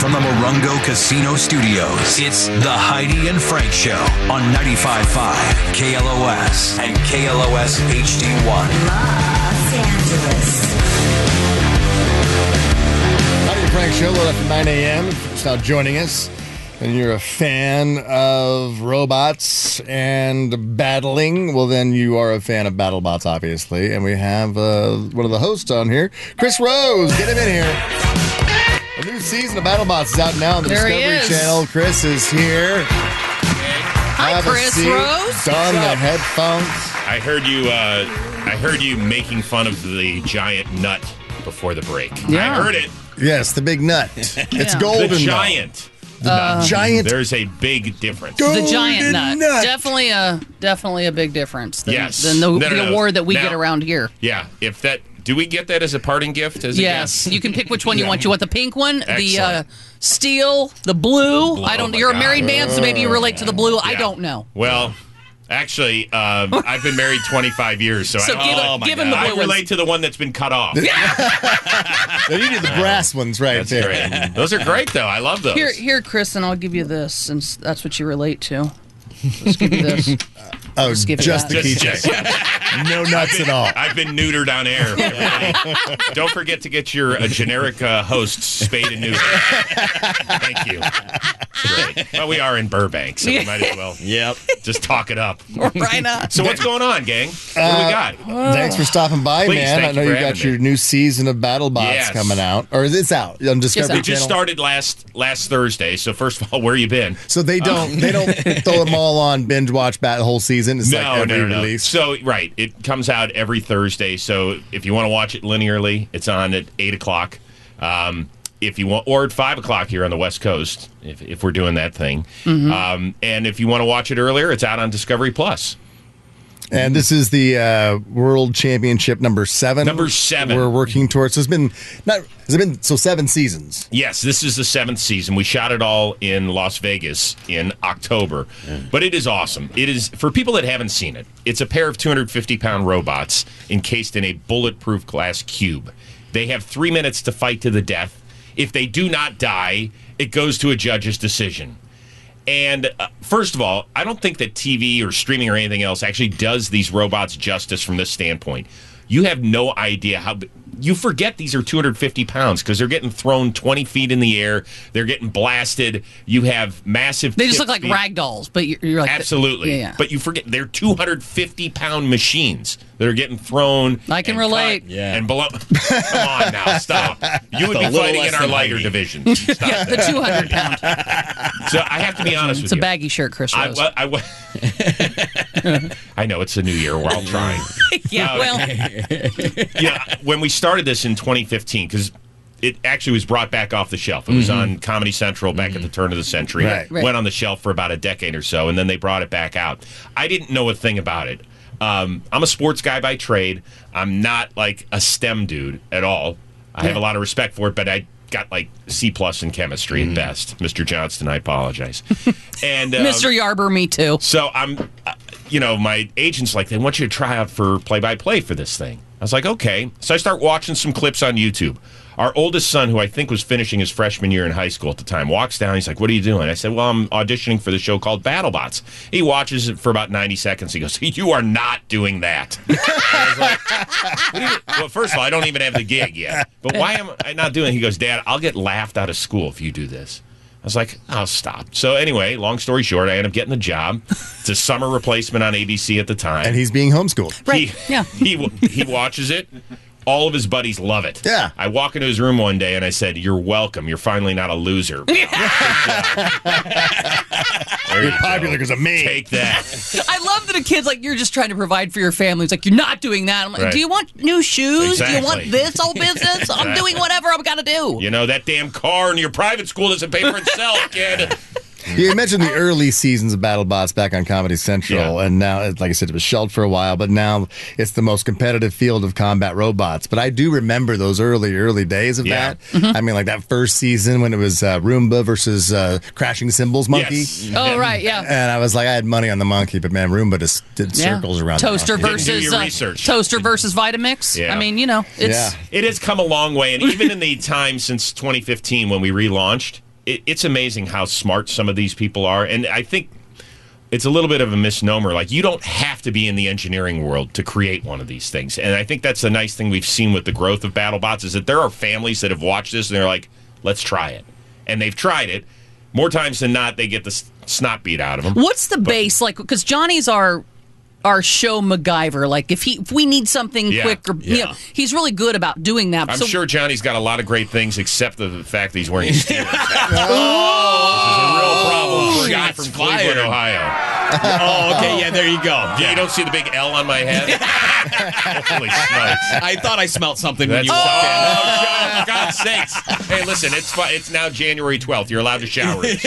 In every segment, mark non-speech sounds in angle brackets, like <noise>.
from the Morongo Casino Studios, it's the Heidi and Frank Show on 95.5 KLOS and KLOS HD1. Howdy, and Frank Show, a little after 9 a.m. If you're just now joining us, and you're a fan of robots and battling, well, then you are a fan of BattleBots, obviously. And we have uh, one of the hosts on here, Chris Rose. Get him in here. A new season of BattleBots is out now on the There he Discovery is. Channel. Chris is here. Hi, Have a Chris seat. Rose. Don, What's the up? headphones. I heard you. Uh, I heard you making fun of the giant nut before the break. Yeah. I heard it. Yes, the big <laughs> nut. It's Yeah. golden. the though. giant. Uh, nut. Giant There's a big difference. The giant nut. golden Definitely a definitely a big difference than, Yes. than the, No, no, the no. award that we Now- get around here. Yeah. If that, do we get that as a parting gift? As Yes, A you gift? can pick which one you want. You want the pink one, the uh, Excellent. steel, the blue. Blue, I oh don't. my You're a God. married man, so maybe you relate to the blue. I Yeah. don't know. Well, actually, um, I've been married 25 years, so, <laughs> So I, give- oh my give him God. the blue I relate ones. to the one that's been cut off. No, you need the brass ones right That's there. great. Those are great, though. I love those. Here, here, Chris, and I'll give you this, since that's what you relate to. Let's give you <laughs> this. Oh, give it just the that. keychains. Just <laughs> check. No nuts at <laughs> all. I've been neutered on air. everybody. Don't forget to get your uh, generic uh, host spayed and neutered. Thank you. Great. Well, we are in Burbank, so we might as well Yep. just talk it up. Why not? So what's going on, gang? What do we got? Thanks for stopping by, Please, man. thank I know you you for got having your me. new season of BattleBots Yes. coming out, or it's out on Discovery out. We It just Channel. started last last Thursday. So first of all, where you been? So they Oh. don't they don't <laughs> throw them all on binge watch bat the whole season. It's like every release. So right, it comes out every Thursday. So if you want to watch it linearly, it's on at eight o'clock. Um, if you want, or at five o'clock here on the West Coast, if, if we're doing that thing. Um, and if you want to watch it earlier, it's out on Discovery Plus. And this is the uh, World Championship number seven. Number seven. We're working towards. So it's been not. It's been so seven seasons. Yes, this is the seventh season. We shot it all in Las Vegas in October, but it is awesome. It is for people that haven't seen it. It's a pair of 250 pound robots encased in a bulletproof glass cube. They have three minutes to fight to the death. If they do not die, it goes to a judge's decision. And uh, first of all, I don't think that TV or streaming or anything else actually does these robots justice from this standpoint. You have no idea how b- you forget these are 250 pounds because they're getting thrown 20 feet in the air. They're getting blasted. You have massive. They just tip look like feet. rag dolls, but you're, you're like Absolutely. Yeah, yeah. But you forget they're 250 pound machines that are getting thrown. I can and relate. cut Yeah. And below. <laughs> Come on now, stop. <laughs> You would That's a be little fighting in less our than lighter Heidi. division. Stop yeah, the that. 200 pound. So I <laughs> have to be honest It's with a you. baggy shirt, Chris I, Rose. wa- <laughs> I, wa- I know it's a new year. We're all trying. <laughs> Oh, yeah, well, yeah, when we started this in 2015, because it actually was brought back off the shelf. It was on Comedy Central back at the turn of the century. Right. Right. Went on the shelf for about a decade or so, and then they brought it back out. I didn't know a thing about it. Um, I'm a sports guy by trade. I'm not like a STEM dude at all. I have a lot of respect for it, but I got like C plus in chemistry at best. Mr. Johnston, I apologize. and um, Mr. Yarber, me too. so I'm, uh, you know, my agent's like, they want you to try out for play by play for this thing. I was like, okay. So I start watching some clips on YouTube. Our oldest son, who I think was finishing his freshman year in high school at the time, walks down. He's like, What are you doing? I said, Well, I'm auditioning for the show called BattleBots. He watches it for about 90 seconds. He goes, <laughs> You are not doing that. <laughs> And I was like, well, first of all, I don't even have the gig yet. But why am I not doing it? He goes, Dad, I'll get laughed out of school if you do this. I was like, I'll stop. So anyway, long story short, I end up getting the job. It's a summer replacement on ABC at the time. And he's being homeschooled. Right. He, Yeah. <laughs> He wa- he watches it. All of his buddies love it. Yeah. I walk into his room one day and I said, "You're welcome. You're finally not <laughs> a loser." Good job. There you go. Popular because of me. Take that. I love that a kid's like, you're just trying to provide for your family. It's like, you're not doing that. I'm like, Right. do you want new shoes? Do you want Exactly. this whole <laughs> business? I'm doing whatever I've got to do. You know that damn car in your private school doesn't pay for itself, kid. You mentioned the early seasons of BattleBots back on Comedy Central, Yeah. and now, like I said, it was shelved for a while, but now it's the most competitive field of combat robots. But I do remember those early, early days of Yeah. that. Mm-hmm. I mean, like that first season when it was uh, Roomba versus uh, Crashing Cymbals Monkey. Yes. Oh, right. Yeah. And I was like, I had money on the monkey, but man, Roomba just did Yeah. circles around the toaster monkey. do versus your uh, research. toaster versus Vitamix. Yeah. I mean, you know, it's Yeah. It has come a long way, and even in the time since 2015 when we relaunched, it, it's amazing how smart some of these people are. And I think it's a little bit of a misnomer. Like, you don't have to be in the engineering world to create one of these things. And I think that's the nice thing we've seen with the growth of BattleBots is that there are families that have watched this and they're like, let's try it. And they've tried it. More times than not, they get the s- snot beat out of them. What's the base like? Because Johnny's our our show MacGyver. Like if he if we need something Yeah. quick or you Yeah. know, he's really good about doing that. I'm so sure Johnny's got a lot of great things, except the fact that he's wearing a <laughs> Steelers hat. This is a real problem for a guy Shots from Cleveland, fired. Ohio. Oh, okay. Yeah, there you go. Yeah, you don't see the big L on my <laughs> head. Holy smokes! I thought I smelled something when That's you walked in. oh, for God's sakes! Hey, listen, it's fi- it's now January 12th. You're allowed to shower. <laughs>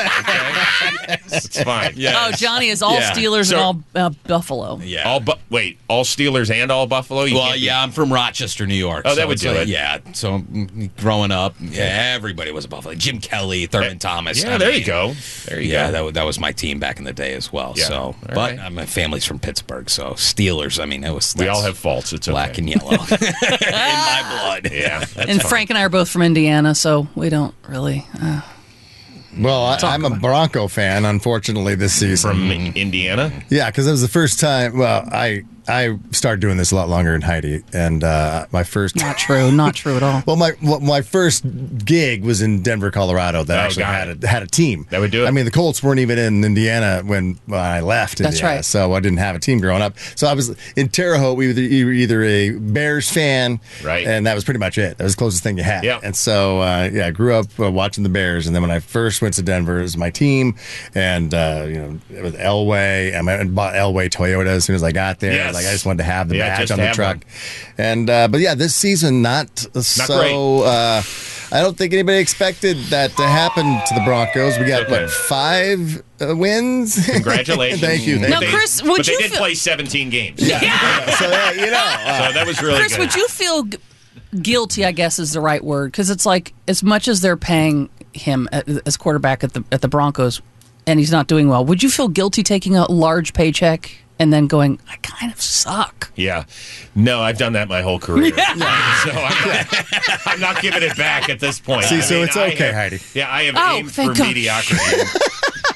Okay? It's fine. Yeah. oh Johnny is all Yeah. Steelers So- and all uh, Buffalo. Yeah. All bu- wait, all Steelers and all Buffalo. You well, can't be- yeah, I'm from Rochester, New York. Oh, that would it's do like- it. Yeah. So mm, growing up, yeah, everybody was a Buffalo. Jim Kelly, Thurman Thomas. Eh, Yeah, I there mean, you go. There you yeah, go. that wa- that was my team back in the day as well. Yeah. So, All but right. uh, my family's from Pittsburgh, so Steelers. I mean, it was we all that's have faults. It's black okay. and yellow <laughs> in <laughs> my blood. <laughs> yeah. and Frank and I are both from Indiana, so we don't really. Uh, Well, I, I'm a Bronco fan, unfortunately, this season. From Indiana. Yeah, because it was the first time. Well, I I started doing this a lot longer than Heidi, and uh, my first. not true. Not true at all. Well, my well, my first gig was in Denver, Colorado. That Oh, actually got had it. a, had a team. That would do it. I mean, the Colts weren't even in Indiana when, when I left. That's Indiana, right. So I didn't have a team growing up. So I was in Terre Haute. We were either, you were either a Bears fan, Right. and that was pretty much it. That was the closest thing you had. Yeah. And so uh, yeah, I grew up uh, watching the Bears, and then when I first went to Denver, it was my team, and uh, you know it was Elway, and I bought Elway Toyota as soon as I got there. Yes. Like I just wanted to have the Yeah, badge just on the have truck. one. And uh, but yeah, this season not, so. Uh, I don't think anybody expected that to happen to the Broncos. We got Okay. what five uh, wins. <laughs> <laughs> Congratulations. Thank you. Thank Now, They- you. Chris, would but you they did feel- play 17 games. so <laughs> yeah, you know, <laughs> uh, So that was really Ah. Chris, good. would you feel g- guilty? I guess is the right word because it's like as much as they're paying him a- as quarterback at the at the Broncos, and he's not doing well. Would you feel guilty taking a large paycheck and then going, I kind of suck? yeah. No, I've done that my whole <laughs> career. So I'm not, <laughs> I'm not giving it back at this point. See, so it's I okay, have- Heidi. Yeah, I have Oh, aimed for thank God. <laughs> mediocrity.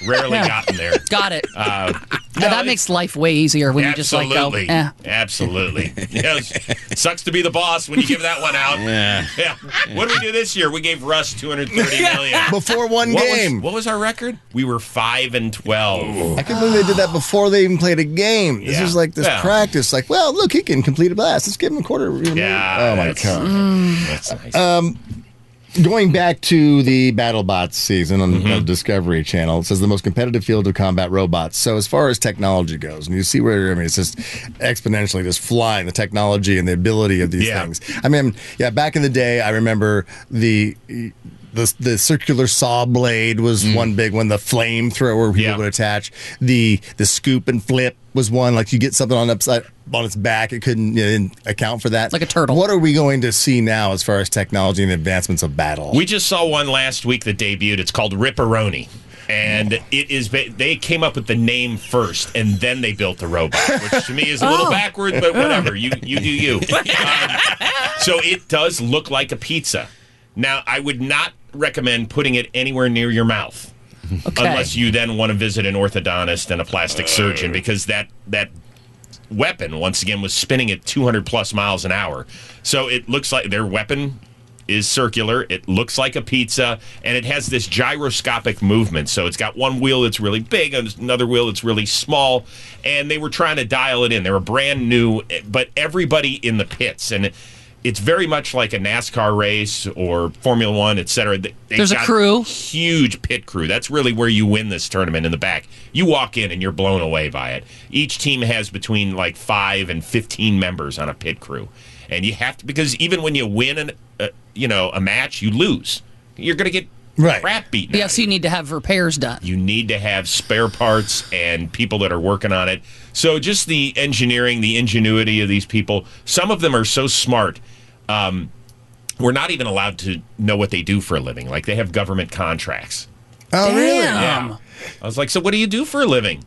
Rarely Yeah. gotten there. Got <laughs> it. Uh, Yeah, no, that it- makes life way easier when you just absolutely. like go, eh. Absolutely. <laughs> Yes. Sucks to be the boss when you give that one <laughs> out. Yeah. Yeah. What did we do this year? We gave Russ <laughs> 230 million. before one What was- game. what was our record? We were 5 and 12. I can't believe they did that before they even played a game. This Yeah. was like this Yeah. practice. Like, well, look, he can complete a blast. Let's give him a quarter. Yeah. Oh my that's- god. That's nice. Going back to the BattleBots season on Mm-hmm. the Discovery Channel, it says the most competitive field of combat robots. So as far as technology goes, and you see where I mean, it's just exponentially just flying the technology and the ability of these Yeah. things. I mean, yeah, back in the day, I remember the. The, the circular saw blade was one big one. The flamethrower people Mm. Yeah. would attach. The the scoop and flip was one. Like you get something on upside on its back, it couldn't, you know, didn't account for that. Like a turtle. What are we going to see now as far as technology and advancements of battle? We just saw one last week that debuted. It's called Ripperoni. And it is ba- they came up with the name first and then they built the robot, <laughs> which to me is a little backward, but whatever. You you do you. Um, so it does look like a pizza. Now, I would not recommend putting it anywhere near your mouth. Okay. Unless you then want to visit an orthodontist and a plastic surgeon because that that weapon once again was spinning at 200 plus miles an hour. So it looks like their weapon is circular. It looks like a pizza, and it has this gyroscopic movement. So it's got one wheel that's really big, and another wheel that's really small. And they were trying to dial it in. They were brand new, but everybody in the pits and. It's very much like a NASCAR race or Formula One, et cetera. They- they've There's a got crew. huge pit crew. That's really where you win this tournament in the back. You walk in and you're blown away by it. Each team has between like five and fifteen members on a pit crew, and you have to because even when you win an uh, you know a match, you lose. You're gonna get Right. crap beaten. out Yes, of you need to have repairs done. you need to have spare parts and people that are working on it. So just the engineering, the ingenuity of these people. Some of them are so smart. Um, we're not even allowed to know what they do for a living. Like they have government contracts. Oh, really? Ah. Damn. I was like, so what do you do for a living?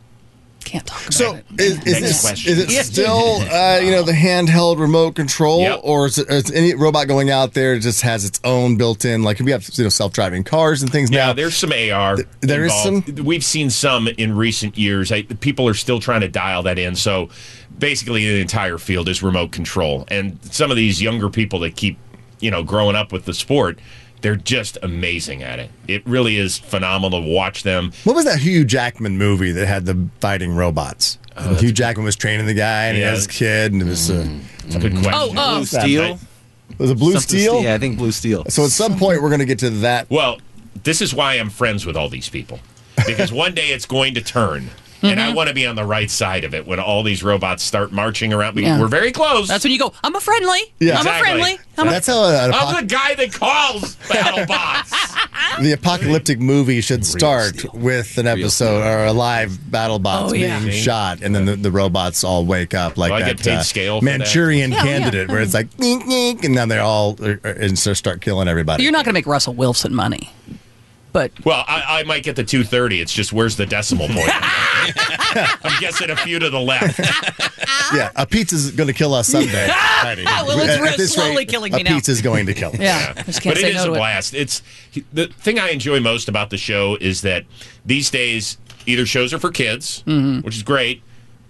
can't talk about So it. is, is, Next this, question. is it still uh, you know the handheld remote control, Yep. or is, it, is any robot going out there just has its own built-in? Like we have you know self driving cars and things Yeah, now. there's some AR. there is involved. some? We've seen some in recent years. I, people are still trying to dial that in. So basically, the entire field is remote control. And some of these younger people that keep, you know, growing up with the sport, they're just amazing at it. It really is phenomenal to watch them. What was that Hugh Jackman movie that had the fighting robots? Uh, And Hugh Jackman was training the guy, and he Yeah. Mm. had his kid, and it was, uh, Good question. Oh, Blue oh, Steel. was it Blue Something Steel? Yeah, I think Blue Steel. So at some point we're going to get to that. Well, this is why I'm friends with all these people because one day it's going to turn. And Mm-hmm. I want to be on the right side of it when all these robots start marching around. We, Yeah. We're very close. That's when you go, I'm a friendly. Yeah. I'm Exactly. a friendly. I'm a- That's how an I'm apoc- the guy <laughs> that calls battle bots. the apocalyptic movie should start with an episode or a live battle bots Oh, yeah. being shot, and then the, the robots all wake up like Do I that uh, get paid scale for that? Manchurian Yeah, Candidate, yeah. where it's like nink, nink, and then they're all uh, uh, and so start killing everybody. You're not going to make Russell Wilson money. But Well, I, I might get the 230. It's just where's the <laughs> decimal point? I'm guessing a few to the left. yeah, a pizza's going to kill us someday. <laughs> Heidi. Well, it's At re- this slowly rate, killing a me now. pizza's going to kill us. yeah, I just can't But say it is no a to it. blast. It's the thing I enjoy most about the show is that these days either shows are for kids, Mm-hmm. which is great.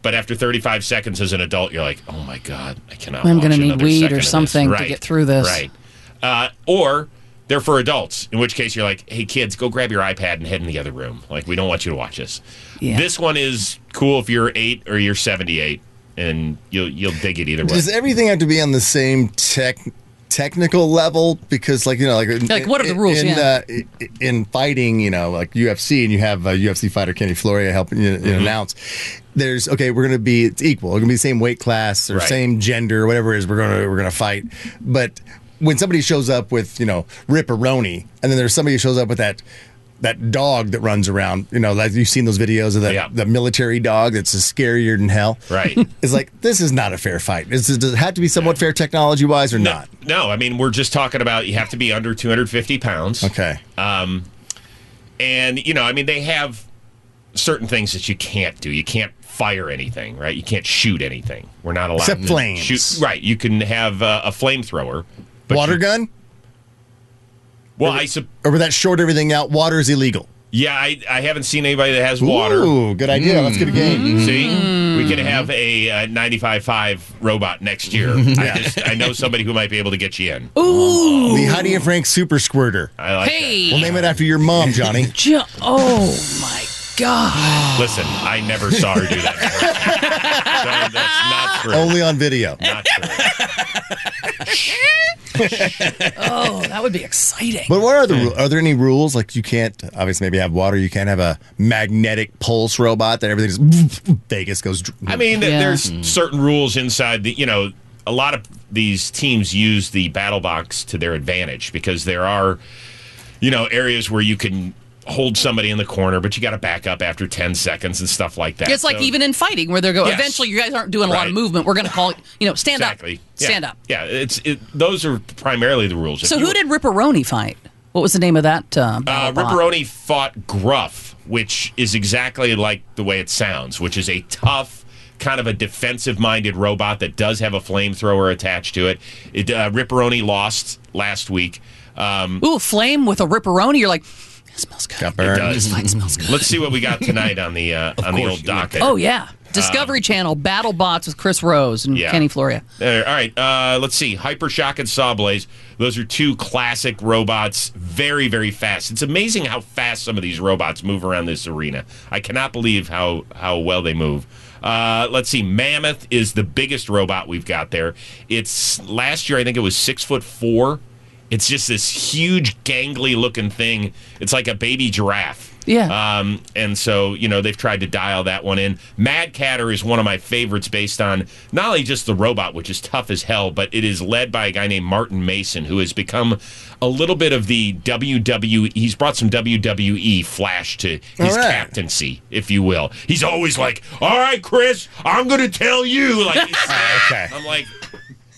But after 35 seconds as an adult, you're like, oh my god, I cannot. I'm going gonna need weed or something to get through this. Right. Uh, or they're for adults, in which case you're like, hey kids, go grab your iPad and head in the other room. Like we don't want you to watch this. Yeah. This one is cool if you're eight or you're 78, and you'll you'll dig it either way. Does everything have to be on the same tech technical level? Because like you know, like Like, what are the in- rules? In, Yeah. uh, i- i- in fighting, you know, like UFC, and you have uh, UFC fighter Kenny Floria helping you, you Mm-hmm. announce. There's okay, we're gonna be it's equal. We're gonna be the same weight class or Right. same gender, whatever it is. We're gonna we're gonna fight, but. When somebody shows up with you know ripperoni, and then there's somebody who shows up with that that dog that runs around, you know, like you've seen those videos of that Yeah. the military dog that's just scarier than hell, Right. <laughs> it's like this is not a fair fight. Is, does it have to be somewhat fair technology wise or not? No, I mean we're just talking about you have to be under 250 pounds. Okay. and you know, I mean, they have certain things that you can't do. You can't fire anything, right? You can't shoot anything. We're not allowed Except to flames. Shoot, right? You can have uh, a flamethrower. but water you- gun Well, I sup- or would that short everything out? Water is illegal. yeah, I, I haven't seen anybody that has water. Ooh, Mm-hmm. good idea. Let's get a game. See, we could have a uh, 95.5 robot next <laughs> year. I just I know somebody who might be able to get you in. The Heidi and Frank Super Squirter. Mm. I like Hey, We'll name it after your mom, Johnny. <laughs> Jo- oh my God. that. Listen, I never saw her do that. <laughs> so that's not true. Only on video. Not true. Oh, that would be exciting. But what are the ru- are there any rules? Like you can't obviously maybe have water. You can't have a magnetic pulse robot that everything just <laughs> Vegas goes. I mean, th Yeah. Mm-hmm. there's certain rules inside the, you know, a lot of these teams use the battle box to their advantage because there are, you know, areas where you can hold somebody in the corner, but you got to back up after 10 seconds and stuff like that. It's like So- even in fighting where they're going, Yes. eventually you guys aren't doing a lot Right. of movement. We're going to call, you know, stand exactly. up. Yeah. Stand up. Yeah, it's it, those are primarily the rules. If So you- who did Ripperoni fight? What was the name of that? Uh, Uh, battle bot? Ripperoni fought Gruff, which is exactly like the way it sounds, which is a tough, kind of a defensive minded robot that does have a flamethrower attached to it. it uh, Ripperoni lost last week. Um, Ooh, flame with a Ripperoni. You're like, it smells good. Got burned. does. This fight smells good. let's see what we got tonight on the uh, on the course old you like docket. Oh, yeah. Discovery Channel, Battle Bots with Chris Rose and Um, Yeah. Kenny Floria. There, all right, uh, let's see. Hypershock and Sawblaze. Those are two classic robots. Very, very fast. It's amazing how fast some of these robots move around this arena. I cannot believe how how well they move. Uh, let's see. Mammoth is the biggest robot we've got there. It's last year. I think it was six foot four. It's just this huge, gangly looking thing. It's like a baby giraffe. Yeah. Um, and so, you know, they've tried to dial that one in. Mad Catter is one of my favorites based on not only just the robot, which is tough as hell, but it is led by a guy named Martin Mason, who has become a little bit of the WWE. He's brought some WWE flash to his All right. captaincy, if you will. He's always like, all right, Chris, I'm going to tell you. Like, <laughs> he's- Okay. I'm like,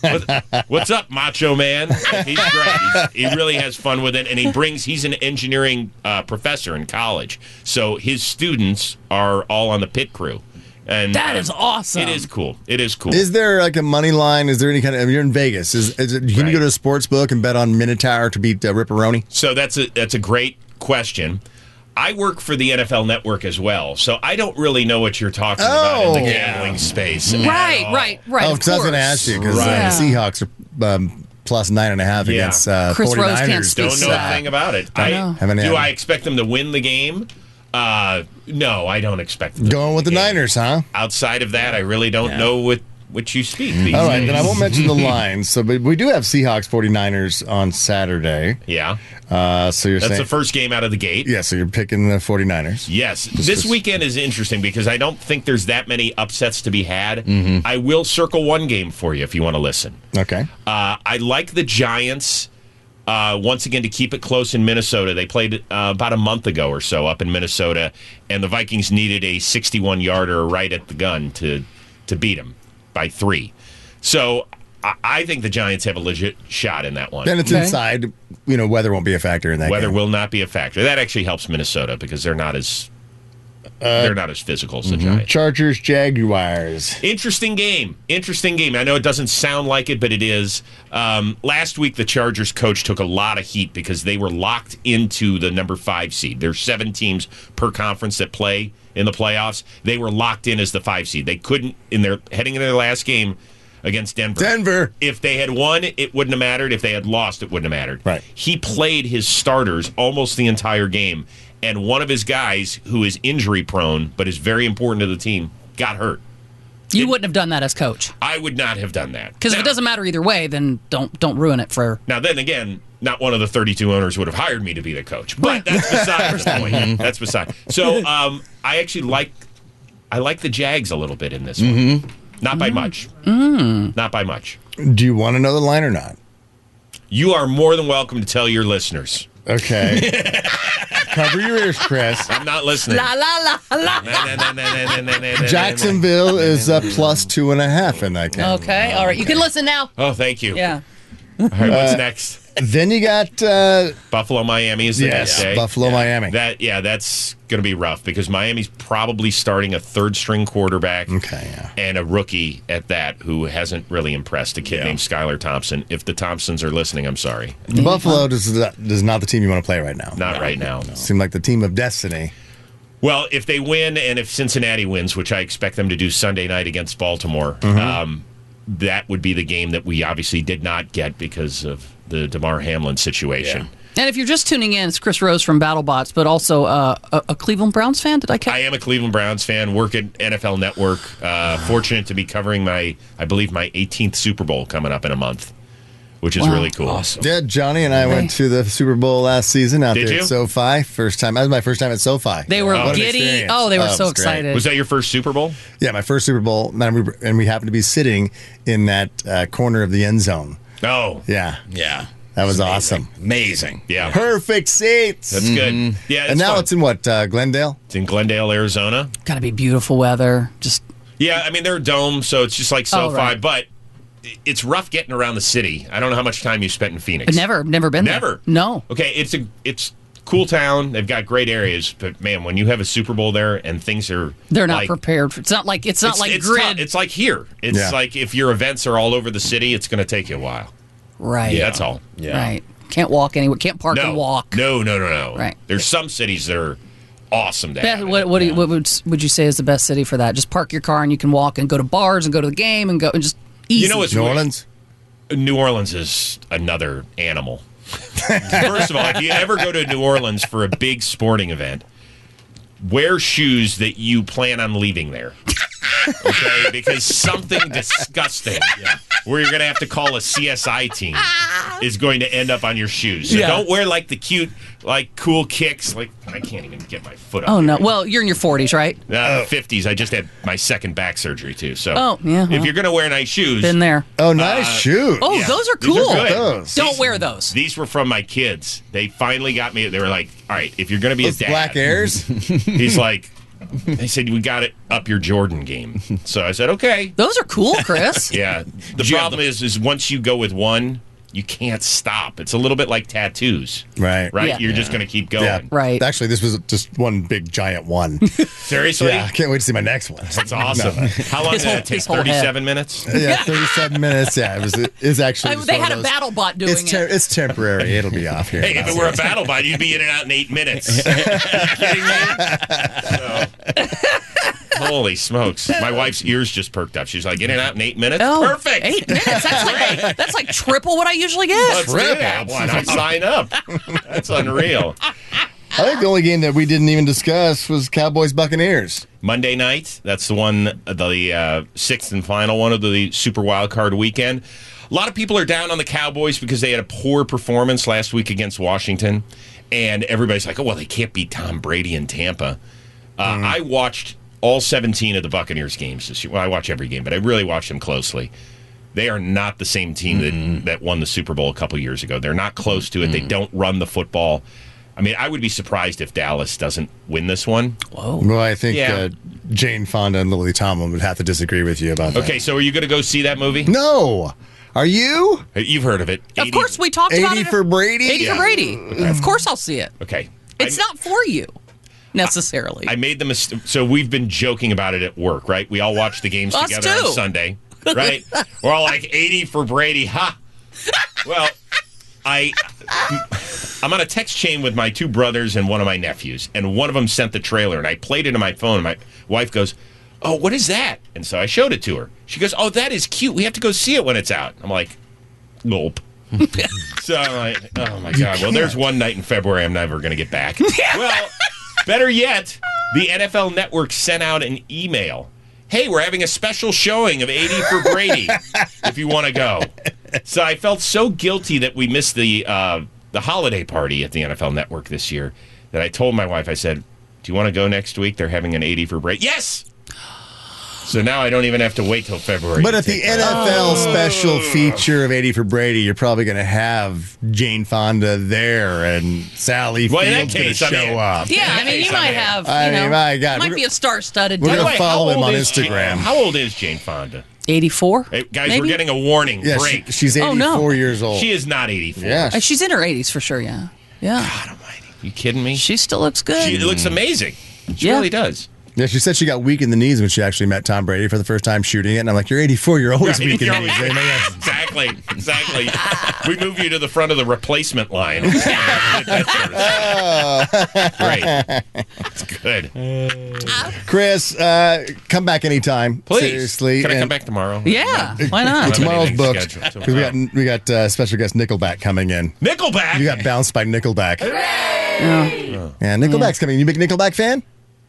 what- what's up, Macho Man? He's great. He's, he really has fun with it, and he brings. He's an engineering uh, professor in college, so his students are all on the pit crew, And That is awesome. It is cool. It is cool. Is there like a money line? Is there any kind of? I mean, you're in Vegas. Is, is it, can Right. you go to a sports book and bet on Minotaur to beat uh, Ripperoni? So that's a that's a great question. I work for the NFL Network as well, so I don't really know what you're talking about in Oh. the gambling space. at Right, all. right, right. oh, of because I was going to course. ask you uh, because Right. the Seahawks are um, plus nine and a half Yeah. against uh, Chris Rose 49ers. can't speak Don't know It's, uh, a thing about it. I, know. Haven't do had- I expect them to win the game? Uh, no, I don't expect them. to Going win with the game. Niners, huh? Outside of that, I really don't know what what you speak. These Mm. All right, days. then I won't mention <laughs> the lines. So, but we do have Seahawks 49ers on Saturday. Yeah, Uh, so you're that's saying, the first game out of the gate. yeah. So you're picking the 49ers. Yes, this weekend is interesting because I don't think there's that many upsets to be had. Mm-hmm. I will circle one game for you if you want to listen. Okay. Uh, I like the Giants uh, once again to keep it close in Minnesota. They played uh, about a month ago or so up in Minnesota, and the Vikings needed a 61 yarder right at the gun to to beat them by three. So I, I think the Giants have a legit shot in that one. Then it's Okay. inside. You know, weather won't be a factor in that. Weather game. will not be a factor. That actually helps Minnesota because they're not as they're not as physical as the Giants. Chargers, Jaguars. Interesting game. Interesting game. I know it doesn't sound like it, but it is. Um, last week, the Chargers coach took a lot of heat because they were locked into the number five seed. There's seven teams per conference that play in the playoffs. They were locked in as the five seed. They couldn't in their heading into their last game against Denver. Denver. If they had won, it wouldn't have mattered. If they had lost, it wouldn't have mattered. Right. He played his starters almost the entire game, and one of his guys, who is injury prone but is very important to the team, got hurt. You wouldn't have done that as coach I would not have done that. because if Now- it doesn't matter either way, then don't don't ruin it for. Now, then again, not one of the 32 owners would have hired me to be the coach, but that's <laughs> beside the Mm-hmm. point. That's beside. So, um, I actually like, I like the Jags a little bit in this Mm-hmm. one. Not Mm. by much. Not by much. Do you want another line or not? You are more than welcome to tell your listeners. Okay. <laughs> Cover your ears, Chris. I'm not listening. la la la. Jacksonville is uh, plus two and a half in that game. Okay, all right. You can listen now. Oh, thank you. Yeah. Uh, All right, what's next? Then you got uh, Buffalo, Miami is the yes, next day. Buffalo, Miami. That yeah, that's going to be rough because Miami's probably starting a third string quarterback Okay, yeah. and a rookie at that who hasn't really impressed a kid named Skylar Thompson. If the Thompsons are listening, I'm sorry. Buffalo is not, is not the team you want to play right now. Not right now. Seem like the team of destiny. Well, if they win and if Cincinnati wins, which I expect them to do Sunday night against Baltimore, um, that would be the game that we obviously did not get because of the DeMar Hamlin situation. And if you're just tuning in, it's Chris Rose from BattleBots, but also uh, a, a Cleveland Browns fan. Did I catch? I am a Cleveland Browns fan. Work at NFL Network. Uh, fortunate to be covering my, I believe, my 18th Super Bowl coming up in a month, which is Wow. really cool. Yeah, Johnny and I went Hey. to the Super Bowl last season out Did there you? at SoFi. First time. That was my first time at SoFi. They were What an giddy. experience. Oh, they Oh, were it so was great. excited. Was that your first Super Bowl? Yeah, my first Super Bowl. And we, and we happened to be sitting in that uh, corner of the end zone. No. Yeah, Yeah. that was Amazing. awesome. Amazing. Oh, Yeah. Perfect seats. That's good. Yeah. Mm-hmm. and now it's in what uh, Glendale. it's in Glendale, Arizona. Got to be beautiful weather. Just Yeah, I mean they're a dome, so it's just like Oh, SoFi, right. but i- it's rough getting around the city. I don't know how much time you spent in Phoenix. but never, never been there. never. No. Okay, it's a it's cool town. They've got great areas, but man, when you have a Super Bowl there and things are They're not like- prepared. For, it's not like it's not like it's grid. tough. It's like here. It's Yeah. like if your events are all over the city, it's going to take you a while. right. That's all. Yeah. Right. Can't walk anywhere. Can't park No and walk. No, no, no, no. Right. There's some cities that are awesome. To Beth, have what it. what, do you, what would would you say is the best city for that? Just park your car and you can walk and go to bars and go to the game and go and just easy. You know what's New weird? Orleans. New Orleans is another animal. First of all, if you ever go to New Orleans for a big sporting event, wear shoes that you plan on leaving there. Okay, because something disgusting where you're going to have to call a CSI team is going to end up on your shoes. So Yeah. don't wear like the cute, like cool kicks. Like I can't even get my foot up. Oh here. no. Well, you're in your 40s, right? Uh, 50s. I just had my second back surgery too. So Oh, yeah, if well. you're going to wear nice shoes, Been there. Oh, nice shoes. Oh, Uh, yeah. those are These cool. are good. Those. Don't wear those. These were from my kids. They finally got me. They were like, "All right, if you're going to be Those a dad, black <laughs> airs. he's like." They said we got to up your Jordan game. So I said, "Okay." <laughs> Those are cool, Chris. Yeah. The problem is, is once you go with one, you can't stop. It's a little bit like tattoos. Right. Right? Yeah. You're just going to keep going. Yeah. Right. Actually, this was just one big giant <laughs> one. Seriously? yeah. I can't wait to see my next one. <laughs> That's awesome. How long His did that whole- take? his whole head. 37 minutes? Yeah, 37 minutes. Yeah, it was. It's actually. I- just they one of had a those- battle bot doing It's, it. it's temporary. It'll be off here. Hey, if it were a battle bot, you'd be in and out in eight minutes. <laughs> Are you kidding <laughs> me? So- Holy smokes. My wife's ears just perked up. She's like, in and out in eight minutes? Oh, Perfect. Eight minutes. That's like that's like triple what I usually get. Let's do that one. I'd sign up. That's unreal. I think the only game that we didn't even discuss was Cowboys Buccaneers. Monday night. That's the one, the uh, sixth and final one of the Super Wild Card weekend. A lot of people are down on the Cowboys because they had a poor performance last week against Washington, and everybody's like, "Oh well, they can't beat Tom Brady in Tampa." Uh, I watched all 17 of the Buccaneers games this year. Well, I watch every game, but I really watch them closely. They are not the same team that, that won the Super Bowl a couple years ago. They're not close to it. They don't run the football. I mean, I would be surprised if Dallas doesn't win this one. Oh. Well, I think Yeah. uh, Jane Fonda and Lily Tomlin would have to disagree with you about that. Okay, so are you going to go see that movie? No. Are you? You've heard of it. Of 80 course, we talked about 80 it. for Brady? 80 Yeah. for Brady. Of course, I'll see it. Okay. It's I, not for you necessarily. I made the mistake. So we've been joking about it at work, right? We all watch the games Us together on too. <laughs> Sunday, right? We're all like 80 for Brady. Ha. Well, I I'm on a text chain with my two brothers and one of my nephews, and one of them sent the trailer, and I played it on my phone. And my wife goes, "Oh, what is that?" And so I showed it to her. She goes, "Oh, that is cute. We have to go see it when it's out." I'm like, "Nope." so I'm like, "Oh my god." Well, there's one night in February I'm never going to get back. well, better yet, the NFL Network sent out an email. Hey, we're having a special showing of 80 for Brady if you want to go. So I felt so guilty that we missed the uh, the holiday party at the NFL Network this year that I told my wife, I said, "Do you want to go next week? They're having an 80 for Brady." Yes. So now I don't even have to wait till February. But to at the take Oh. part. NFL special feature of 80 for Brady, you're probably going to have Jane Fonda there and Sally Well, in that Field's going to case, I'm show in. up. yeah, I mean, you Yes, might I'm in. have. You I know, mean, my God, might we're- be a star-studded. we're By the day. gonna way, follow how him old on is Jane- Instagram. how old is Jane Fonda? 84. Hey, guys, maybe? we're getting a warning. Yeah, she- break. she's 84 Oh, no. years old. she is not 84. Yeah. Uh, She's in her 80s for sure. Yeah, yeah. You kidding me? She, She still looks good. looks Mm. amazing. She Yeah. really does. Yeah, she said she got weak in the knees when she actually met Tom Brady for the first time shooting it. And I'm like, you're 84, you're always Right, weak in <laughs> you're the knees. always- Amen. Yes. exactly, exactly. we move you to the front of the replacement line. <laughs> Great. It's good. Chris, uh, come back anytime. Please. Seriously. Can I and come back tomorrow? yeah, why I not? don't have Tomorrow's anything booked scheduled because we got tomorrow. we got uh, special guest Nickelback coming in. Nickelback. You got bounced by Nickelback. Yeah. Yeah, Nickelback's coming. You big Nickelback fan?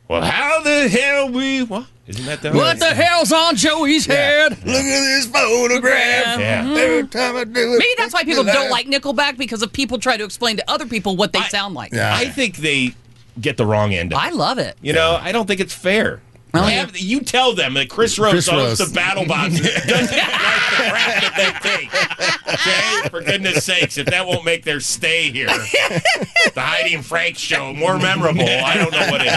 well, how the hell we? What? Isn't that the? What the hell's on Joey's head? Look at this photograph. Yeah. Every time I do it. Maybe that's why people don't like Nickelback because if people try to explain to other people what they I- sound like. Yeah. I think they get the wrong end. Of it. I love it. You know, I don't think it's fair. Have- you tell them that Chris Rose Chris Rose. owns the battle box. doesn't like the crap that they take. Okay? For goodness sakes, if that won't make their stay here, the Heidi and Frank show more memorable, I don't know what is.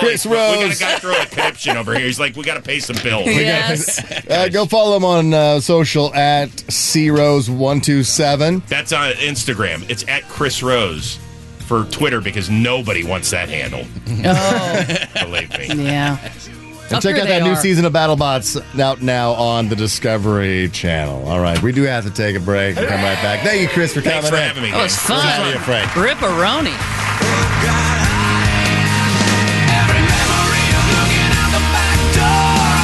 Chris Holy crap, Rose. We got to throw a conniption over here. He's like, we got to pay some bills. Yes. Uh, go follow him on uh, social at Oh, crose127. That's on Instagram. It's at Chris Rose for Twitter because nobody wants that handle. Oh, Believe me. <laughs> yeah. And check here out that they new are. season of BattleBots out now on the Discovery Channel. All right, we do have to take a break and come right back. Thank you, Chris, for coming Thanks for in. having me. That was guys. fun. Sorry, Frank. Ripperoni.